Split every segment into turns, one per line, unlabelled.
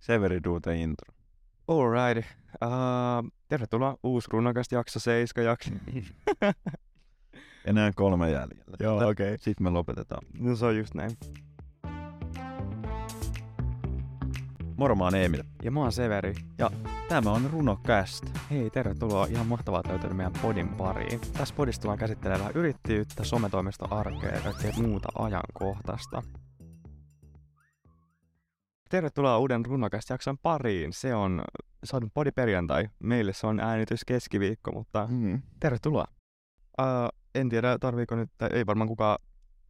Severi Duuten intro.
Alright. Uh, tervetuloa uusi runakast jakso 7 jakso.
Enää kolme jäljellä.
Joo, okei.
Sitten me lopetetaan.
No se on just näin.
Moro, mä oon Emil.
Ja mä oon Severi.
Tämä on Runocast.
Hei, tervetuloa. Ihan mahtavaa löytyä meidän podin pariin. Tässä podissa tullaan käsittelemään yrittäjyyttä, sometoimista arkea ja kaikkea muuta ajankohtaista. Tervetuloa uuden runokast jakson pariin. Se on saanut podi perjantai. Meille se on äänitys keskiviikko, mutta
Mm.
tervetuloa. Uh, en tiedä, tarviiko nyt, tai ei varmaan kukaan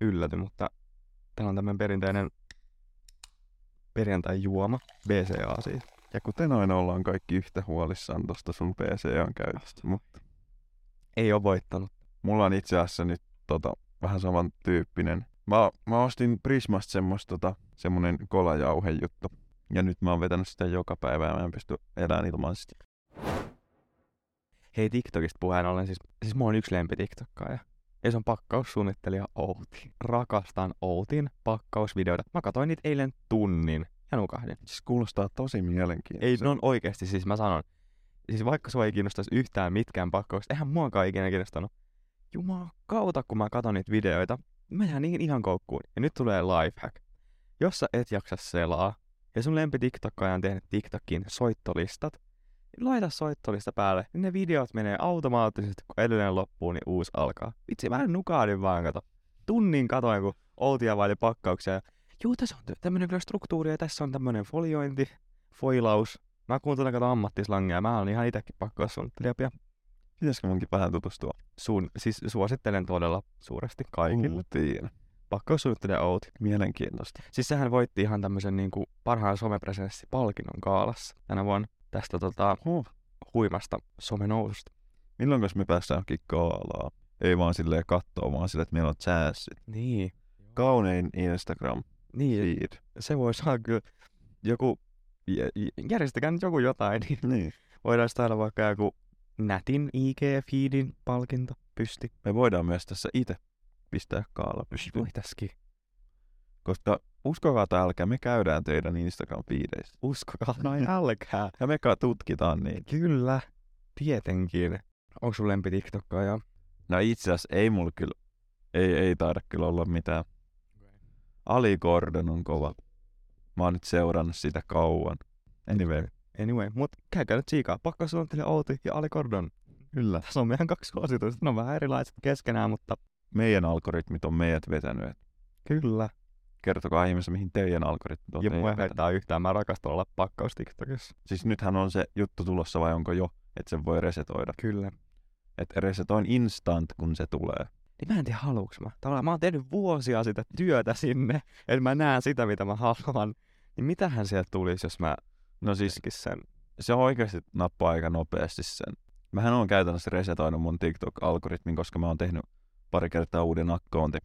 ylläty, mutta täällä on tämmöinen perinteinen perjantai-juoma, BCA siis.
Ja kuten aina ollaan kaikki yhtä huolissaan tosta sun PCAn käytöstä. Mut
Ei ole voittanut.
mulla on itse asiassa nyt tota, vähän samantyyppinen. Mä, mä ostin Prismasta semmos, tota, semmonen kolajauhe juttu. Ja nyt mä oon vetänyt sitä joka päivä ja mä en pysty elämään ilman sitä.
Hei TikTokista puheen ollen, siis, siis mä oon yksi lempi TikTokkaaja. Ja se on pakkaussuunnittelija Outi. Rakastan Outin pakkausvideoita. Mä katsoin niitä eilen tunnin ja nukahdin.
Siis kuulostaa tosi mielenkiintoista.
Ei, ne on oikeasti, siis mä sanon. Siis vaikka sua ei kiinnostaisi yhtään mitkään pakkaukset, eihän muakaan ikinä kiinnostanut. Jumala kautta, kun mä katon niitä videoita, mä jään niihin ihan koukkuun. Ja nyt tulee lifehack. Jos sä et jaksa selaa, ja sun lempi TikTokkaaja on tehnyt TikTokin soittolistat, niin laita soittolista päälle, niin ne videot menee automaattisesti, kun edellinen loppuu, niin uusi alkaa. Vitsi, mä en nukahdin vaan kato. Tunnin katoin, kun outia vaili pakkauksia. ja, Juu, tässä on tämmönen kyllä struktuuri ja tässä on tämmönen foliointi foilaus. Mä kuuntelen kato ammattislangia, mä oon ihan itekin pakkaussuunnittelija pian.
Pitäisikö munkin vähän tutustua?
Sun, siis suosittelen todella suuresti kaikille. Mm.
Kuultiin.
Pakkaussuunnittelija Outi.
Mielenkiintoista.
Siis sehän voitti ihan tämmösen niinku parhaan somepresenssi-palkinnon kaalassa tänä vuonna tästä tota
Huh.
huimasta somenoususta.
Milloin me päästään johonkin kaalaa? Ei vaan silleen kattoo, vaan silleen, että meillä on chanssit.
Niin.
Kaunein Instagram
Niin,
feed.
se voi saada kyllä joku, j- j- järjestäkää nyt joku jotain, niin
Niin.
voidaan saada vaikka joku nätin IG-feedin palkinto pysti.
Me voidaan myös tässä itse pistää kaala pystyyn.
Voi tässäkin.
Koska uskokaa tai älkää, me käydään teidän instagram feedeissä.
Uskokaa, noin älkää.
Ja me ka- tutkitaan niin. niitä.
Niin, Kyllä, tietenkin. Onko sun lempi TikTokkaaja?
No itse asiassa ei mulla kyllä, ei, ei taida kyllä olla mitään. Ali Gordon on kova. Mä oon nyt seurannut sitä kauan. Anyway,
Anyway, mut käykää nyt siikaa. Pakko suunnittelee Outi ja Ali Gordon.
kyllä.
Tässä on meidän kaksi suositusta. Ne on vähän erilaiset keskenään, mutta
Meidän algoritmit on meidät vetänyt. et
kyllä.
Kertokaa ihmeessä, mihin teidän algoritmit on
Niin, ja
teidät
mua ei
vetänyt.
haittaa yhtään. Mä rakastan olla pakkaus TikTokissa.
Siis nythän on se juttu tulossa vai onko jo, että sen voi resetoida.
Kyllä.
Että resetoin instant, kun se tulee.
Niin mä en tiedä haluuks mä. Tavallaan mä oon tehnyt vuosia sitä työtä sinne, että mä näen sitä mitä mä haluan. Niin mitähän sieltä tulisi, jos mä
No siis
tekisin sen?
se oikeasti nappaa aika nopeasti sen. Mähän on käytännössä resetoinut mun TikTok-algoritmin, koska mä oon tehnyt pari kertaa uuden akkoonti.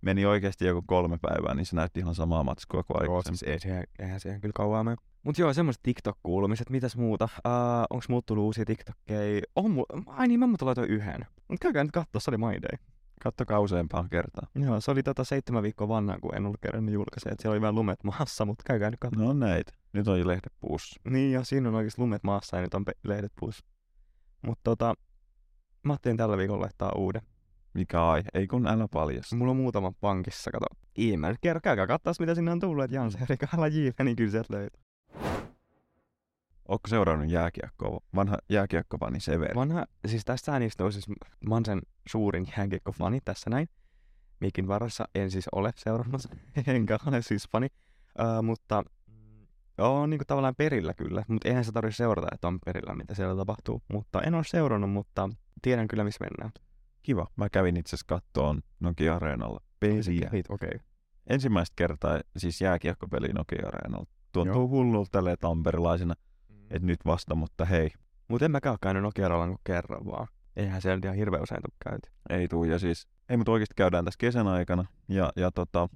Meni oikeasti joku kolme päivää, niin se näytti ihan samaa matskua kuin
Joo,
aikaisemmin.
siis ei siihen, eihän siihen kyllä kauan mene. Mut joo, semmoiset TikTok-kuulumiset, mitäs muuta? Uh, onks muut tullut uusia TikTokkei? On mu- Ai niin, mä muuta laitoin yhden. Mut käykää nyt kattoo, se oli My Day.
Kattokaa useampaan kertaan.
Joo, se oli tota seitsemän viikkoa vanhaa, kun en ollut kerännyt julkaisee, että siellä oli vähän lumet maassa, mutta käykää nyt kattoo.
No on näitä. Nyt on jo lehdepuussa.
Niin, ja siinä on oikeesti lumet maassa ja nyt on pe- lehdet puus. Mut tota, mä ajattelin tällä viikolla laittaa uuden.
Mikä ai? Ei kun älä paljasta.
Mulla on muutama pankissa, kato. Ei mä nyt kerro, käykää katsoa, mitä sinne on tullut, että Jansen rikalla jiive, niin kyllä sieltä löytyy.
Ootko seurannut jääkiekkoa? Vanha jääkiekkovani Severi.
Vanha, siis tästähän istuu siis Mansen suurin jääkiekkofani tässä näin. Mikin varassa en siis ole seurannut, enkä ole siis fani. Uh, mutta on niinku tavallaan perillä kyllä, mutta eihän se tarvitse seurata, että on perillä, mitä siellä tapahtuu. Mutta en ole seurannut, mutta tiedän kyllä, missä mennään.
Kiva. Mä kävin itse asiassa kattoon Nokia Areenalla. Peliä.
Hit, okei.
ensimmäistä kertaa siis jääkiekkopeli Nokia Areenalla. Tuntuu
Joo.
hullulta tälleen tamperilaisena, että nyt vasta, mutta hei,
Mutta en mäkään ole käynyt Nokiarallan kuin kerran vaan. Eihän siellä ihan hirveän usein tuu käyty.
ei tuu. Ja siis, ei mutta oikeasti käydään tässä kesän aikana. Ja, ja tota,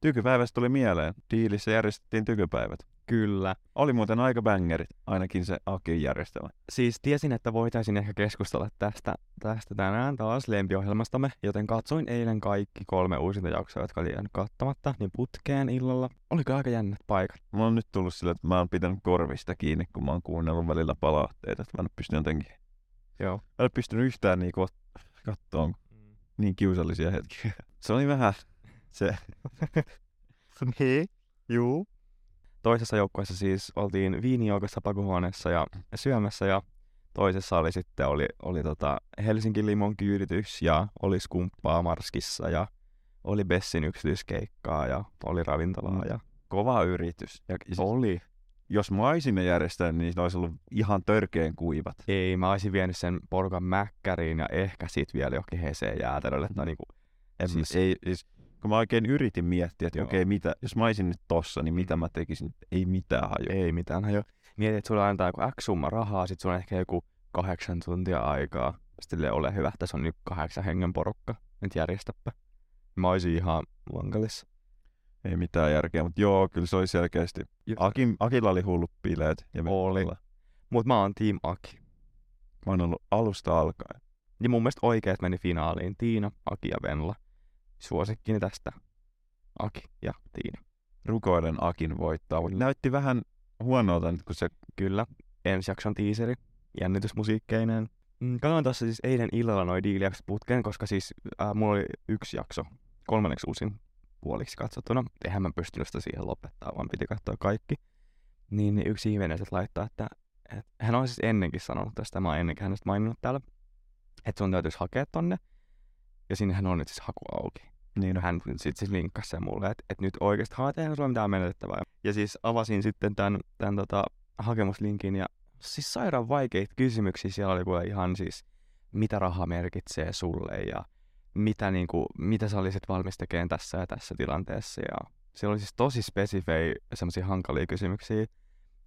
tykypäivästä tuli mieleen. Diilissä järjestettiin tykypäivät.
Kyllä.
Oli muuten aika bängerit, ainakin se Akin järjestelmä.
Siis tiesin, että voitaisiin ehkä keskustella tästä, tästä tänään taas lempiohjelmastamme, joten katsoin eilen kaikki kolme uusinta jaksoa, jotka oli jäänyt kattamatta, niin putkeen illalla. Oliko aika jännät paikat?
Mulla on nyt tullut sillä, että mä oon pitänyt korvista kiinni, kun mä oon kuunnellut välillä palautteita, että mä en ole pystynyt jotenkin...
Joo. Mm.
Mä en ole pystynyt yhtään niin kattoon niin kiusallisia hetkiä. Se oli vähän se...
niin, juu. Toisessa joukkueessa siis oltiin viinijoukossa pakuhuoneessa ja syömässä ja toisessa oli sitten oli, oli tota Helsingin limon kyyditys ja oli skumppaa Marskissa ja oli Bessin yksityiskeikkaa ja oli ravintolaa
Mm.
ja
kova yritys. Ja siis,
oli.
jos mä olisin ne järjestänyt, niin ne olisi ollut ihan törkeen kuivat.
Ei, mä olisin vienyt sen porukan mäkkäriin ja ehkä sit vielä johonkin Heseen jäätelölle tai niinku, en mä-
Siis, ei, siis, kun mä oikein yritin miettiä, että
Joo.
okei, mitä, jos mä olisin nyt tossa, niin mitä mä tekisin? Ei mitään hajua.
Ei mitään hajua. Mietit, että sulla antaa joku X summa rahaa, sit sulla on ehkä joku kahdeksan tuntia aikaa. Sitten ole hyvä, tässä on nyt kahdeksan hengen porukka. Nyt järjestäpä. Mä oisin ihan vankalissa.
Ei mitään järkeä, mutta joo, kyllä se oli selkeästi. Akin, Akilla oli hullut bileet. Ja me-
Oli. Mut mä oon Team Aki.
Mä oon ollut alusta alkaen.
Ja mun mielestä oikeet meni finaaliin Tiina, Aki ja Venla. Suosikkini tästä. Aki ja Tiina.
Rukoilen Akin voittaa, mutta näytti vähän huonolta nyt, kun se
Kyllä. Ensi jakson tiiseri. Jännitysmusiikkeineen. Mm, Katsoin tässä siis eilen illalla noin diilijaksot putkeen, koska siis äh, mulla oli yksi jakso kolmanneksi uusin puoliksi katsottuna. Eihän mä pystynyt sitä siihen lopettaa, vaan piti katsoa kaikki. Niin niin yksi ihminen sitten laittaa, että, että hän on siis ennenkin sanonut tästä, mä oon ennenkin hänestä maininnut täällä, että sun täytyisi hakea tonne. Ja sinnehän on nyt siis haku auki.
niin
Hän sitten siis linkkasi sen mulle, että, että nyt oikeasti haet, eihän sulla mitään menetettävää. Ja siis avasin sitten tämän, tämän tota, hakemuslinkin ja siis sairaan vaikeita kysymyksiä siellä oli kuule ihan siis, mitä raha merkitsee sulle ja mitä, niin kuin, mitä sä olisit valmis tekemään tässä ja tässä tilanteessa. Ja siellä oli siis tosi spesifejä semmoisia hankalia kysymyksiä.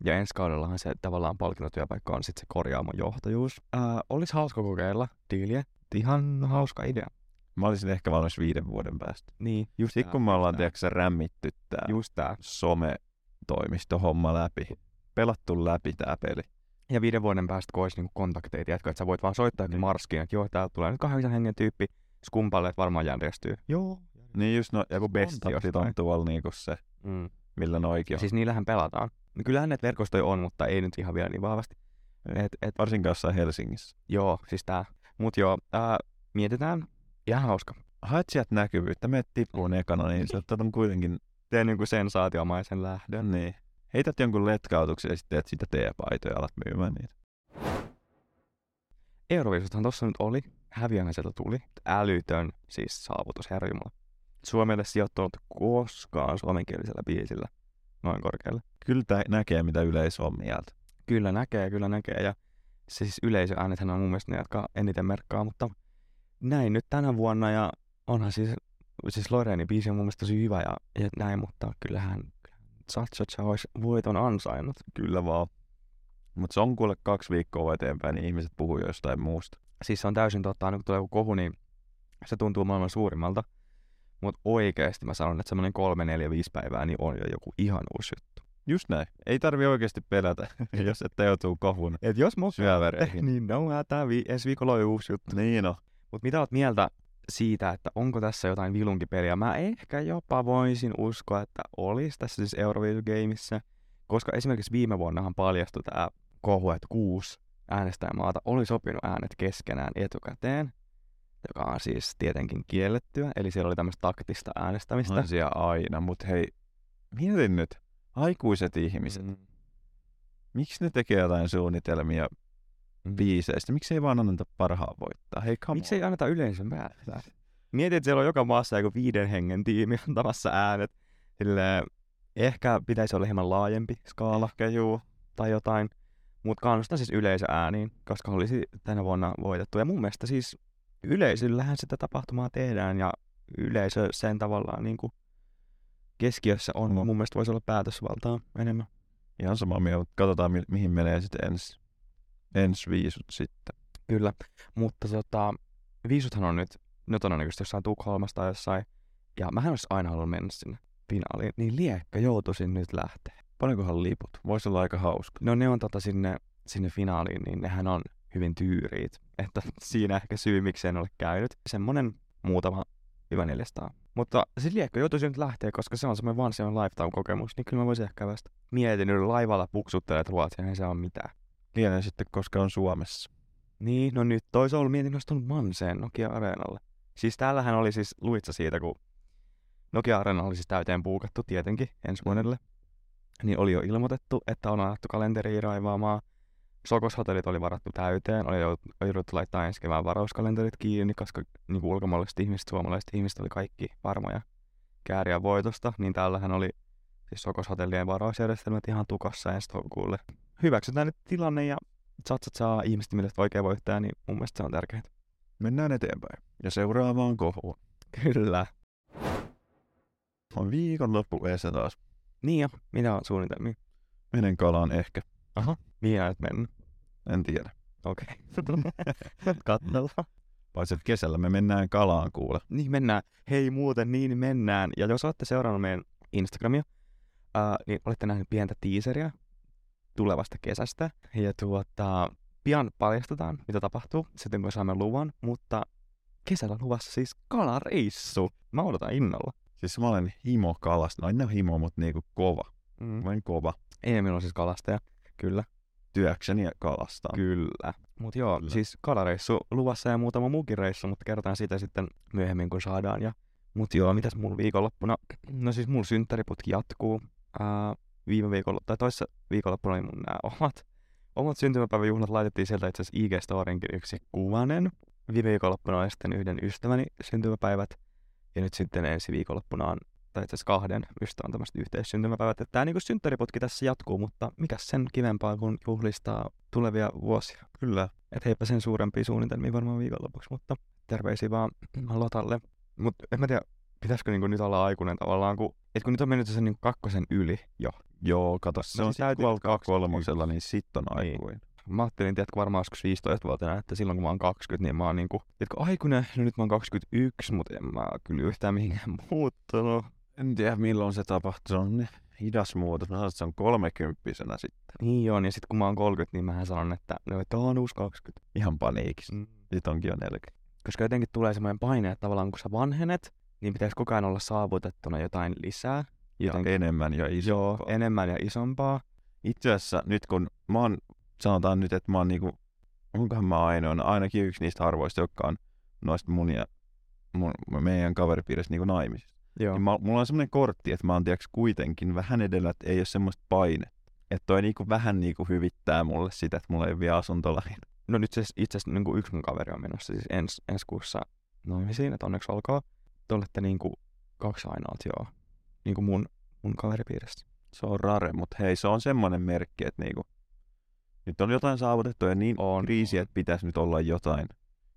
Ja ensi kaudellahan se tavallaan palkintotyöpaikka on sitten se korjaamon johtajuus. Ää, olisi hauska kokeilla diiliä. Ihan hauska idea.
mä olisin ehkä valmis viiden vuoden päästä.
Niin, just
Sitten
tää,
kun me ollaan,
just tää.
tiedätkö, sä, rämmitty tää
Just tää.
sometoimistohomma läpi, pelattu läpi tää peli.
Ja viiden vuoden päästä, kun olisi niinku kontakteja, tiedätkö, että sä voit vaan soittaa niin.
Niin.
Marskiin, että joo, täältä tulee nyt kahdeksan hengen tyyppi, skumpalle, että varmaan järjestyy. Joo.
Niin just no,
Joku besti
kontaktit on
jostain.
tuolla niinku se,
Mm.
millä ne oikein on.
Siis niillähän pelataan. No Kyllähän näitä verkostoja on, mutta ei nyt ihan vielä niin vahvasti. Et, et,
Varsinkin jossain Helsingissä.
joo, siis tää. Mut joo, ää, mietitään. Ihan hauska.
Haet sieltä näkyvyyttä, meet tippuun
Mm.
ekana, niin sä otat on kuitenkin...
Teen niinku sensaatiomaisen lähdön.
Niin. Heität jonkun letkautuksen ja sitten teet siitä teepaitoja ja alat myymään niitä.
Euroviisuthan tossa nyt oli. Häviähän sieltä tuli. Älytön siis saavutus, herra Jumala. Suomelle sijoittunut koskaan suomenkielisellä biisillä noin korkealle.
Kyllä tää näkee, mitä yleisö on mieltä.
Kyllä näkee, kyllä näkee. Ja se siis yleisöäänethän on mun mielestä ne, jotka eniten merkkaa, mutta näin nyt tänä vuonna ja onhan siis, siis Loreeni biisi on mun mielestä tosi hyvä ja, ja näin, mutta kyllähän Chachacha olisi voiton ansainnut.
Kyllä vaan. Mutta se on kuule kaksi viikkoa eteenpäin, niin ihmiset puhuu jostain muusta.
Siis se on täysin totta, aina kun tulee joku kohu, niin se tuntuu maailman suurimmalta. Mutta oikeasti mä sanon, että semmoinen kolme, neljä, viisi päivää niin on jo joku ihan uusi juttu.
Just näin. Ei tarvi oikeasti pelätä, jos et joutuu kohun
Et jos mä
syövereihin.
niin no hätää, vi- ensi viikolla on jo uusi juttu.
niin on.
Mutta mitä oot mieltä siitä, että onko tässä jotain vilunkipeliä? Mä ehkä jopa voisin uskoa, että olisi tässä siis Eurovision Gameissa, koska esimerkiksi viime vuonnahan paljastui tämä kohu, että kuusi äänestäjämaata oli sopinut äänet keskenään etukäteen, joka on siis tietenkin kiellettyä, eli siellä oli tämmöistä taktista äänestämistä.
On siellä aina, mutta hei, mietin nyt. Aikuiset ihmiset,
Mm.
miksi ne tekee jotain suunnitelmia
Mm.
biiseistä? Miksi ei vaan anneta parhaan voittaa? Hei, come
Miksi ei anneta yleisön päättää? Mietit, että siellä on joka maassa joku viiden hengen tiimi antamassa äänet. Silleen, ehkä pitäisi olla hieman laajempi skaala
Ehkä juu.
tai jotain. Mutta kannustan siis yleisöääniin, koska olisi tänä vuonna voitettu. Ja mun mielestä siis yleisöllähän sitä tapahtumaa tehdään ja yleisö sen tavallaan niin kuin keskiössä on.
No.
Mun mielestä voisi olla päätösvaltaa enemmän.
Ihan samaa mieltä, mutta katsotaan mi- mihin menee sitten ensi, ensi viisut sitten.
Kyllä, mutta tota, viisuthan on nyt, no todennäköisesti jossain Tukholmassa tai jossain, ja mähän olisi aina halunnut mennä sinne finaaliin, niin liekka joutuisin nyt lähteä.
Paljonkohan liput? Voisi olla aika hauska.
No ne on tota sinne, sinne finaaliin, niin nehän on hyvin tyyriit. Että siinä ehkä syy, miksi en ole käynyt. Semmonen muutama hyvä 400. Mutta siis liekko joutuisi nyt lähteä, koska se on semmoinen vaan semmoinen lifetime-kokemus, niin kyllä mä voisin ehkä vasta. Mietin, että laivalla puksuttelet Ruotsia, ei se on mitään.
Lienee sitten, koska on Suomessa.
Niin, no nyt toi Oulu mietin, olisi tullut Manseen Nokia Areenalle. Siis täällähän oli siis, luitsa siitä, kun Nokia Areena oli siis täyteen puukattu tietenkin ensi vuodelle. Niin oli jo ilmoitettu, että on alettu kalenteriin raivaamaan. Sokoshotellit oli varattu täyteen, oli jo- oli jouduttu laittaa ensi kevään varauskalenterit kiinni, koska niin kuin ulkomaalaiset ihmiset, suomalaiset ihmiset oli kaikki varmoja kääriä voitosta, niin täällähän oli siis Sokoshotellien varausjärjestelmät ihan tukossa ensi toukokuulle. Hyväksytään nyt tilanne ja satsat saa ihmiset, millä oikein voittaa, niin mun mielestä se on tärkeää.
Mennään eteenpäin. Ja seuraavaan kohuun.
Kyllä.
On viikonloppu eessä taas.
Niin ja mitä on suunnitelmia?
Menen kalaan ehkä.
Mihin ajat mennä?
En tiedä.
Okei. Katsellaan.
Paitsi, että kesällä me mennään kalaan kuule.
Niin mennään. Hei muuten, niin mennään. Ja jos olette seurannut meidän Instagramia, ää, niin olette nähneet pientä teaseria tulevasta kesästä. Ja tuota, pian paljastetaan, mitä tapahtuu. Sitten me saamme luvan, mutta kesällä luvassa siis kalareissu. Mä odotan innolla.
Siis mä olen himo kalasta. No en ole himo, mutta niinku kova.
Mm.
Mä olen kova.
Emil on siis kalastaja. Kyllä.
Työkseni kalastaa.
Kyllä. Mut joo,
Kyllä.
Kyllä. siis kalareissu luvassa ja muutama muukin reissu, mutta kerrotaan sitä sitten myöhemmin, kun saadaan. Ja, mut joo, mitäs mun viikonloppuna? No siis mun synttäriputki jatkuu. Ää, viime viikolla, tai toissa viikonloppuna oli mun nämä omat, omat syntymäpäiväjuhlat laitettiin sieltä itse asiassa IG-storinkin yksi kuvanen. Viime viikonloppuna oli sitten yhden ystäväni syntymäpäivät. Ja nyt sitten ensi viikonloppuna on, tai itse asiassa kahden ystävän tämmöiset yhteissyntymäpäivät. Että tämä niinku synttäriputki tässä jatkuu, mutta mikä sen kivempaa kuin juhlistaa tulevia vuosia.
Kyllä.
Et heipä sen suurempia suunnitelmia varmaan viikonlopuksi, mutta terveisiä vaan Lotalle. Mut en mä tiedä, pitäisikö niinku nyt olla aikuinen tavallaan, kun, et kun nyt on mennyt sen niinku kakkosen yli jo.
Joo, kato, se
No
on
siis täytyy
sitten
olla kaksi-
kolmosella, niin sitten on
Niin.
aikuinen.
Mä ajattelin, tiedätkö, varmaan joskus 15-vuotiaana, että silloin kun mä oon 20, niin mä oon niinku, tiedätkö, aikuinen, no nyt mä oon 21, mutta en mä oo kyllä yhtään mihinkään muuttunut.
En tiedä milloin se tapahtuu, se on ne hidas muutos. Mä sanoin, että se on kolmekymppisenä sitten.
Niin joo, niin sit kun mä oon 30, niin mähän sanon, että no, että on uusi 20.
Ihan paniikissa.
Mm.
Sitten onkin jo 40.
Koska jotenkin tulee semmoinen paine, että tavallaan kun sä vanhenet, niin pitäisi koko ajan olla saavutettuna jotain lisää.
Ja
Jotenkin-
enemmän ja iso.
Joo, enemmän ja isompaa.
Itse asiassa nyt kun mä oon, sanotaan nyt, että mä oon niinku, onkohan mä ainoana, ainakin yksi niistä harvoista, jotka on noista mun ja mun, meidän kaveripiirissä niinku naimisissa.
Joo.
Niin mä, mulla on semmoinen kortti, että mä oon tiiäks, kuitenkin vähän edellä, että ei ole semmoista painetta. Että toi niinku vähän niinku hyvittää mulle sitä, että mulla ei ole vielä asunto lähinnä.
No nyt siis itse asiassa niin yksi mun kaveri on menossa siis ens, ensi kuussa naimisiin, että onneksi olkoon. Te olette niin kuin kaksi ainoat, joo. Niin kuin mun, mun kaveripiirissä.
Se on rare, mutta hei, se on semmoinen merkki, että niinku, nyt on jotain saavutettu ja niin
On.
kriisi, että pitäisi nyt olla jotain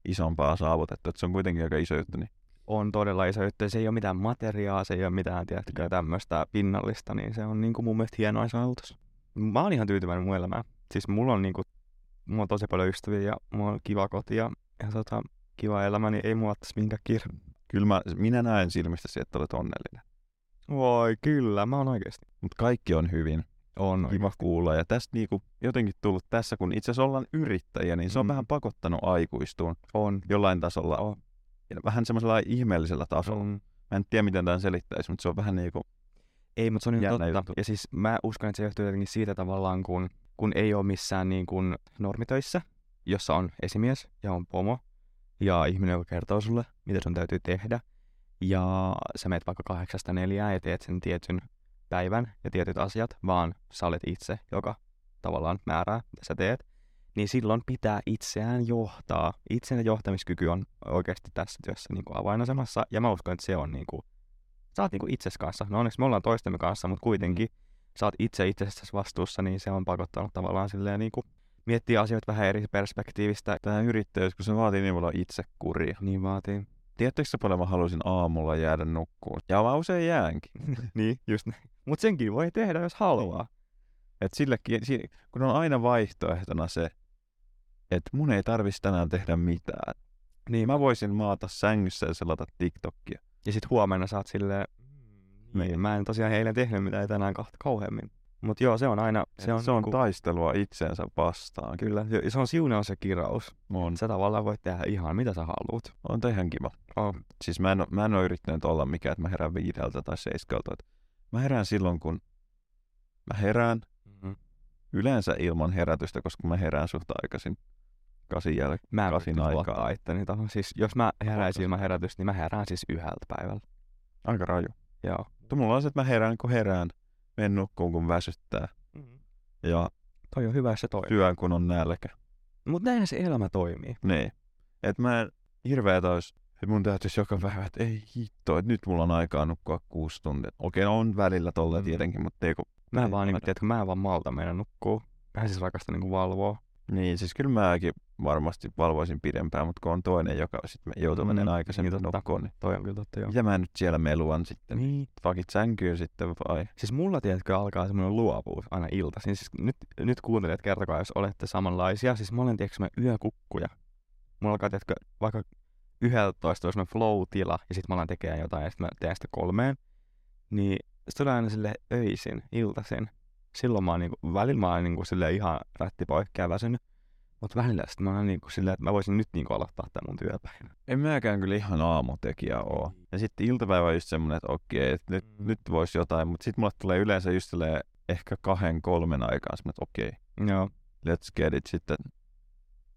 isompaa saavutettu. Että se on kuitenkin aika iso juttu, niin
On todella iso juttu. Se ei ole mitään materiaa, se ei ole mitään,
Mm.
tiedätkö, tämmöistä pinnallista, niin se on niin kuin mun mielestä hieno saavutus. Mä oon ihan tyytyväinen mun elämään. Siis mulla on, niin kuin, mulla on tosi paljon ystäviä ja mulla on kiva koti ja, ja tota, kiva elämä, niin ei mua ottaisi minkään kirja.
kyllä mä, minä näen silmistäsi, että olet onnellinen.
Voi kyllä, mä oon oikeesti.
Mutta kaikki on hyvin.
On oikeesti.
Kiva kuulla. Ja tästä niinku jotenkin tullut tässä, kun itse asiassa ollaan yrittäjiä, niin se on
Mm.
vähän pakottanut aikuistuun
On.
jollain tasolla.
On.
Ja vähän semmoisella ihmeellisellä tasolla.
on.
Mä en tiedä, miten tämän selittäisi, mutta se on vähän niin kuin,
Ei, mutta se on ihan
Jännä
totta.
juttu.
Ja siis mä uskon, että se johtuu jotenkin siitä tavallaan, kun, kun ei ole missään niin kuin normitöissä, jossa on esimies ja on pomo ja ihminen, joka kertoo sulle, mitä sun täytyy tehdä. Ja sä meet vaikka kahdeksasta neljään ja teet sen tietyn päivän ja tietyt asiat, vaan sä olet itse, joka tavallaan määrää, mitä sä teet. Niin silloin pitää itseään johtaa. Itsenä johtamiskyky on oikeasti tässä työssä niin kuin avainasemassa. Ja mä uskon, että se on niin kuin sä oot niinku itses kanssa. No onneksi me ollaan toistemme kanssa, mutta kuitenkin sä oot itse itsestäsi vastuussa, niin se on pakottanut tavallaan silleen niinku miettiä asioita vähän eri perspektiivistä.
tämä yrittäjyys, kun se vaatii niin paljon itsekuria.
Niin vaatii.
Tiedättekö sä paljon mä haluaisin aamulla jäädä nukkuun? Ja mä usein jäänkin.
niin, just näin. Mut senkin voi tehdä, jos haluaa.
Niin. Et silläkin, si- kun on aina vaihtoehtona se, että mun ei tarvitsisi tänään tehdä mitään.
Niin.
Mä voisin maata sängyssä ja selata TikTokia.
Ja sit huomenna sä oot silleen, "Mm,
Niin.
niin. mä en tosiaan eilen tehnyt mitään ei tänään kahta kauheammin. Mutta joo, se on aina...
Se on, se on taistelua itseensä vastaan. Kyllä.
Kyllä, jo- se on siunaus ja kirous.
On,
Sä tavallaan voit tehdä ihan mitä sä haluut.
on tehän kiva.
Oh.
Siis mä en, oo- mä en ole yrittänyt olla mikään, että mä herään viideltä tai seiskalta. Et Mä herään silloin, kun mä herään
Mm-hmm.
yleensä ilman herätystä, koska mä herään suht aikaisin kasin jälkeen.
Mä en
Kasin
pysty
aikaa.
tuottaa itteni tohon. Siis jos mä heräisin
Ootko
ilman herätystä, niin mä herään siis yhdeltä päivällä.
Aika raju.
Joo.
Mutta mulla on se, että mä herään kun herään, menen nukkuun kun väsyttää
Mm-hmm.
ja
Toi on hyvä, jos se toimii.
syön kun on nälkä.
Mutta näin se elämä toimii.
Niin. Et mä en hirveetä olisi, että mun täytyisi joka päivä, että ei hitto, että nyt mulla on aikaa nukkua kuusi tuntia. Okei, no on välillä tolleen
Mm.
mm. tietenkin, mutta ei kun...
Mä
ei
en vaan,
taida.
niin, tiedätkö, mä en vaan malta meidän nukkuu. Mä siis rakastan niinku valvoa.
Niin, siis kyllä mäkin varmasti valvoisin pidempään, mutta kun on toinen, joka sitten joutuu
Mm,
mm. menemään aikaisemmin
niin totta.
nukkuun, niin
Toi on kyllä totta, joo.
mitä mä nyt siellä meluan sitten?
Niin.
Pakit sänkyyn sitten vai?
Siis mulla, tiedätkö, alkaa semmoinen luovuus aina iltaisin. Siis nyt, nyt kuuntelijat, kertokaa, jos olette samanlaisia. Siis mä olen, tiedätkö, mä yökukkuja. Mulla alkaa, tiedätkö, vaikka 11 on semmoinen flow-tila, ja sitten mä alan tekemään jotain, ja sitten mä teen sitä kolmeen. Niin se tulee aina sille öisin, iltaisin. Silloin mä oon niinku, välillä mä oon niinku sille ihan rätti poikki ja väsynyt. Mutta välillä sitten mä oon niinku silleen, että mä voisin nyt niinku aloittaa tämän mun työpäivän.
En mäkään kyllä ihan aamutekijä oo. Ja sitten iltapäivä on just semmonen, että okei, että nyt,
Mm.
nyt voisi jotain, mutta sitten mulle tulee yleensä just silleen ehkä kahden, kolmen aikaan semmonen, että okei,
Joo,
let's get it sitten.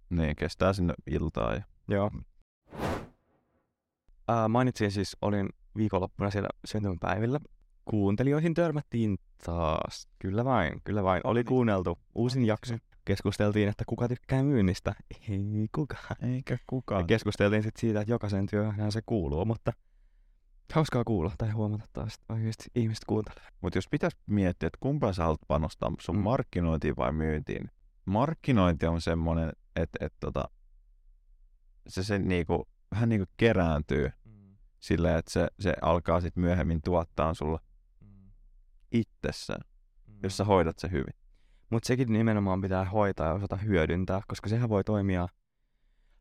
Niin, kestää sinne iltaa. Ja...
joo. Ää, mainitsin siis, olin viikonloppuna siellä syntymäpäivillä. Kuuntelijoihin törmättiin taas. Kyllä vain, kyllä vain. Oli kuunneltu uusin jakso. Keskusteltiin, että kuka tykkää myynnistä. Ei kukaan.
Eikä
Ja
kukaan.
keskusteltiin sitten siitä, että jokaisen työhön se kuuluu, mutta hauskaa kuulla tai huomata taas, että oikeasti ihmiset kuuntelee.
Mutta jos pitäisi miettiä, että kumpaan sä haluat panostaa, sun
Mm.
mm. markkinointiin vai myyntiin? Markkinointi on semmonen, että et, tota, se, se niinku, vähän niinku kerääntyy silleen, että se, se alkaa sitten myöhemmin tuottaa sulle itsessään, jos sä hoidat se hyvin.
Mutta sekin nimenomaan pitää hoitaa ja osata hyödyntää, koska sehän voi toimia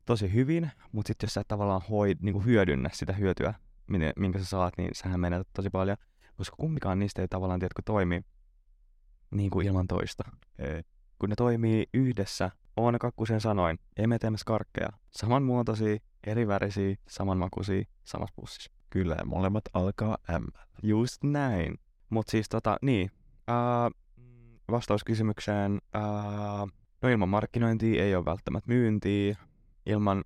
tosi hyvin, mutta sitten jos sä et tavallaan hoi, niinku hyödynnä sitä hyötyä, mine- minkä sä saat, niin sähän menetät tosi paljon, koska kumpikaan niistä ei tavallaan tiedätkö toimi niinku ilman toista.
Ei.
Kun ne toimii yhdessä, Oona Kakkusen sanoin, emme teemme skarkkeja, samanmuotoisia, eri värisiä, samanmakuisia, samassa pussissa.
Kyllä, ja molemmat alkaa M.
Just näin. Mut siis tota, niin. Ää, vastaus kysymykseen. Ää, no ilman markkinointia ei ole välttämättä myyntiä. Ilman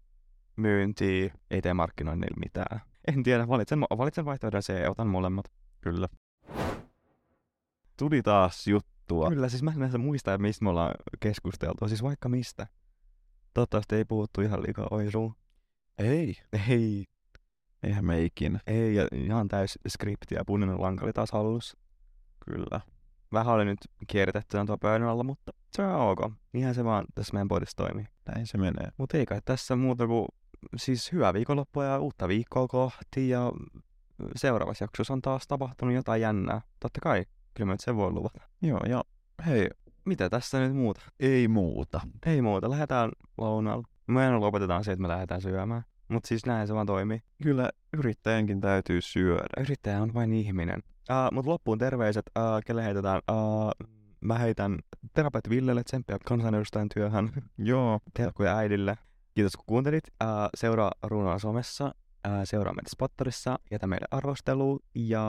myyntiä ei tee markkinoinnilla mitään. En tiedä, valitsen, valitsen vaihtoehdon C ja otan molemmat.
Kyllä. Tuli taas juttua.
Kyllä, siis mä en näistä muista, mistä me ollaan keskusteltu. Siis vaikka mistä. Toivottavasti ei puhuttu ihan liikaa oisuun.
Ei.
Ei,
Eihän me ikinä.
ei, ja ihan täys skripti ja punainen lanka oli taas hallussa.
Kyllä.
Vähän oli nyt kiertettynä tuo pöydän alla, mutta se on ok. Niinhän se vaan tässä meidän podissa toimii.
Näin se menee.
Mutta ei kai tässä muuta kuin siis hyvää viikonloppua ja uutta viikkoa kohti ja seuraavassa jaksossa on taas tapahtunut jotain jännää. Totta kai, kyllä mä nyt sen voi luvata.
Joo, ja hei,
Mitä tässä nyt muuta?
ei muuta.
Ei muuta, lähdetään lounaalle. Me aina lopetetaan se, että me lähdetään syömään. Mutta siis näin se vaan toimii.
Kyllä yrittäjänkin täytyy syödä.
Yrittäjä on vain ihminen. Uh, Mutta loppuun terveiset, uh, kelle heitetään? Uh, mä heitän terapeut Villelle tsemppiä kansanedustajan työhön.
Joo.
Terkkuja äidille. Kiitos kun kuuntelit. Äh, seuraa Runoa somessa. Äh, seuraa meitä Spotterissa. Jätä meille arvostelu. Ja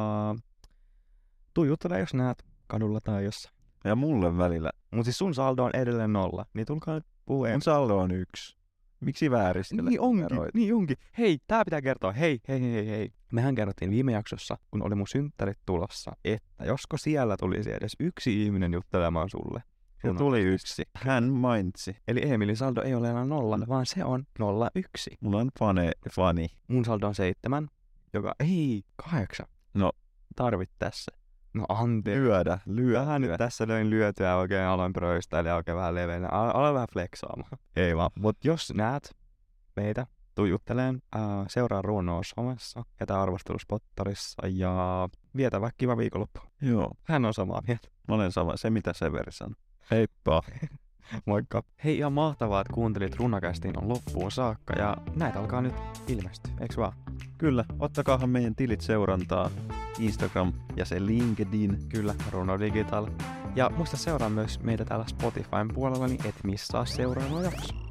tuu juttelemaan, jos näet kadulla tai jossain.
Ja mulle välillä.
Mutta siis sun saldo on edelleen nolla. Niin tulkaa nyt puhua
Mun
ensin.
saldo on yksi. Miksi vääristellä?
Niin onkin,
numeroita?
niin onkin. Hei, tää pitää kertoa. Hei, hei, hei, hei, hei. Mehän kerrottiin viime jaksossa, kun oli mun synttärit tulossa, että josko siellä tulisi edes yksi ihminen juttelemaan sulle.
Ja tuli yksi. Hän mainitsi.
Eli Emilin saldo ei ole enää nolla, vaan se on nolla yksi.
Mulla Mm. on fane, fani.
Mun saldo on seitsemän, joka ei, kahdeksan.
No.
tarvit tässä. No anteeksi.
Lyödä, lyö.
Vähän nyt tässä löin lyötyä oikein aloin pröistäillä ja oikein vähän leveillä. Al- Aloin vähän fleksaamaan. Ei vaan. Mut jos näet meitä, tuu jutteleen. Äh, seuraa ruonoa somessa, jätä arvostelu Spotterissa ja vietä vaikka kiva viikonloppu.
Joo,
Hän on samaa mieltä.
mä olen sama. Se mitä Severi sanoi. Heippa.
Moikka. Hei ja mahtavaa, että kuuntelit runakästiin on loppuun saakka ja näitä alkaa nyt ilmestyä, eiks vaan?
Kyllä, ottakaahan meidän tilit seurantaa. Instagram ja se LinkedIn.
Kyllä, Runo Digital. Ja muista seuraa myös meitä täällä Spotifyn puolella, niin et missaa seuraava jakso.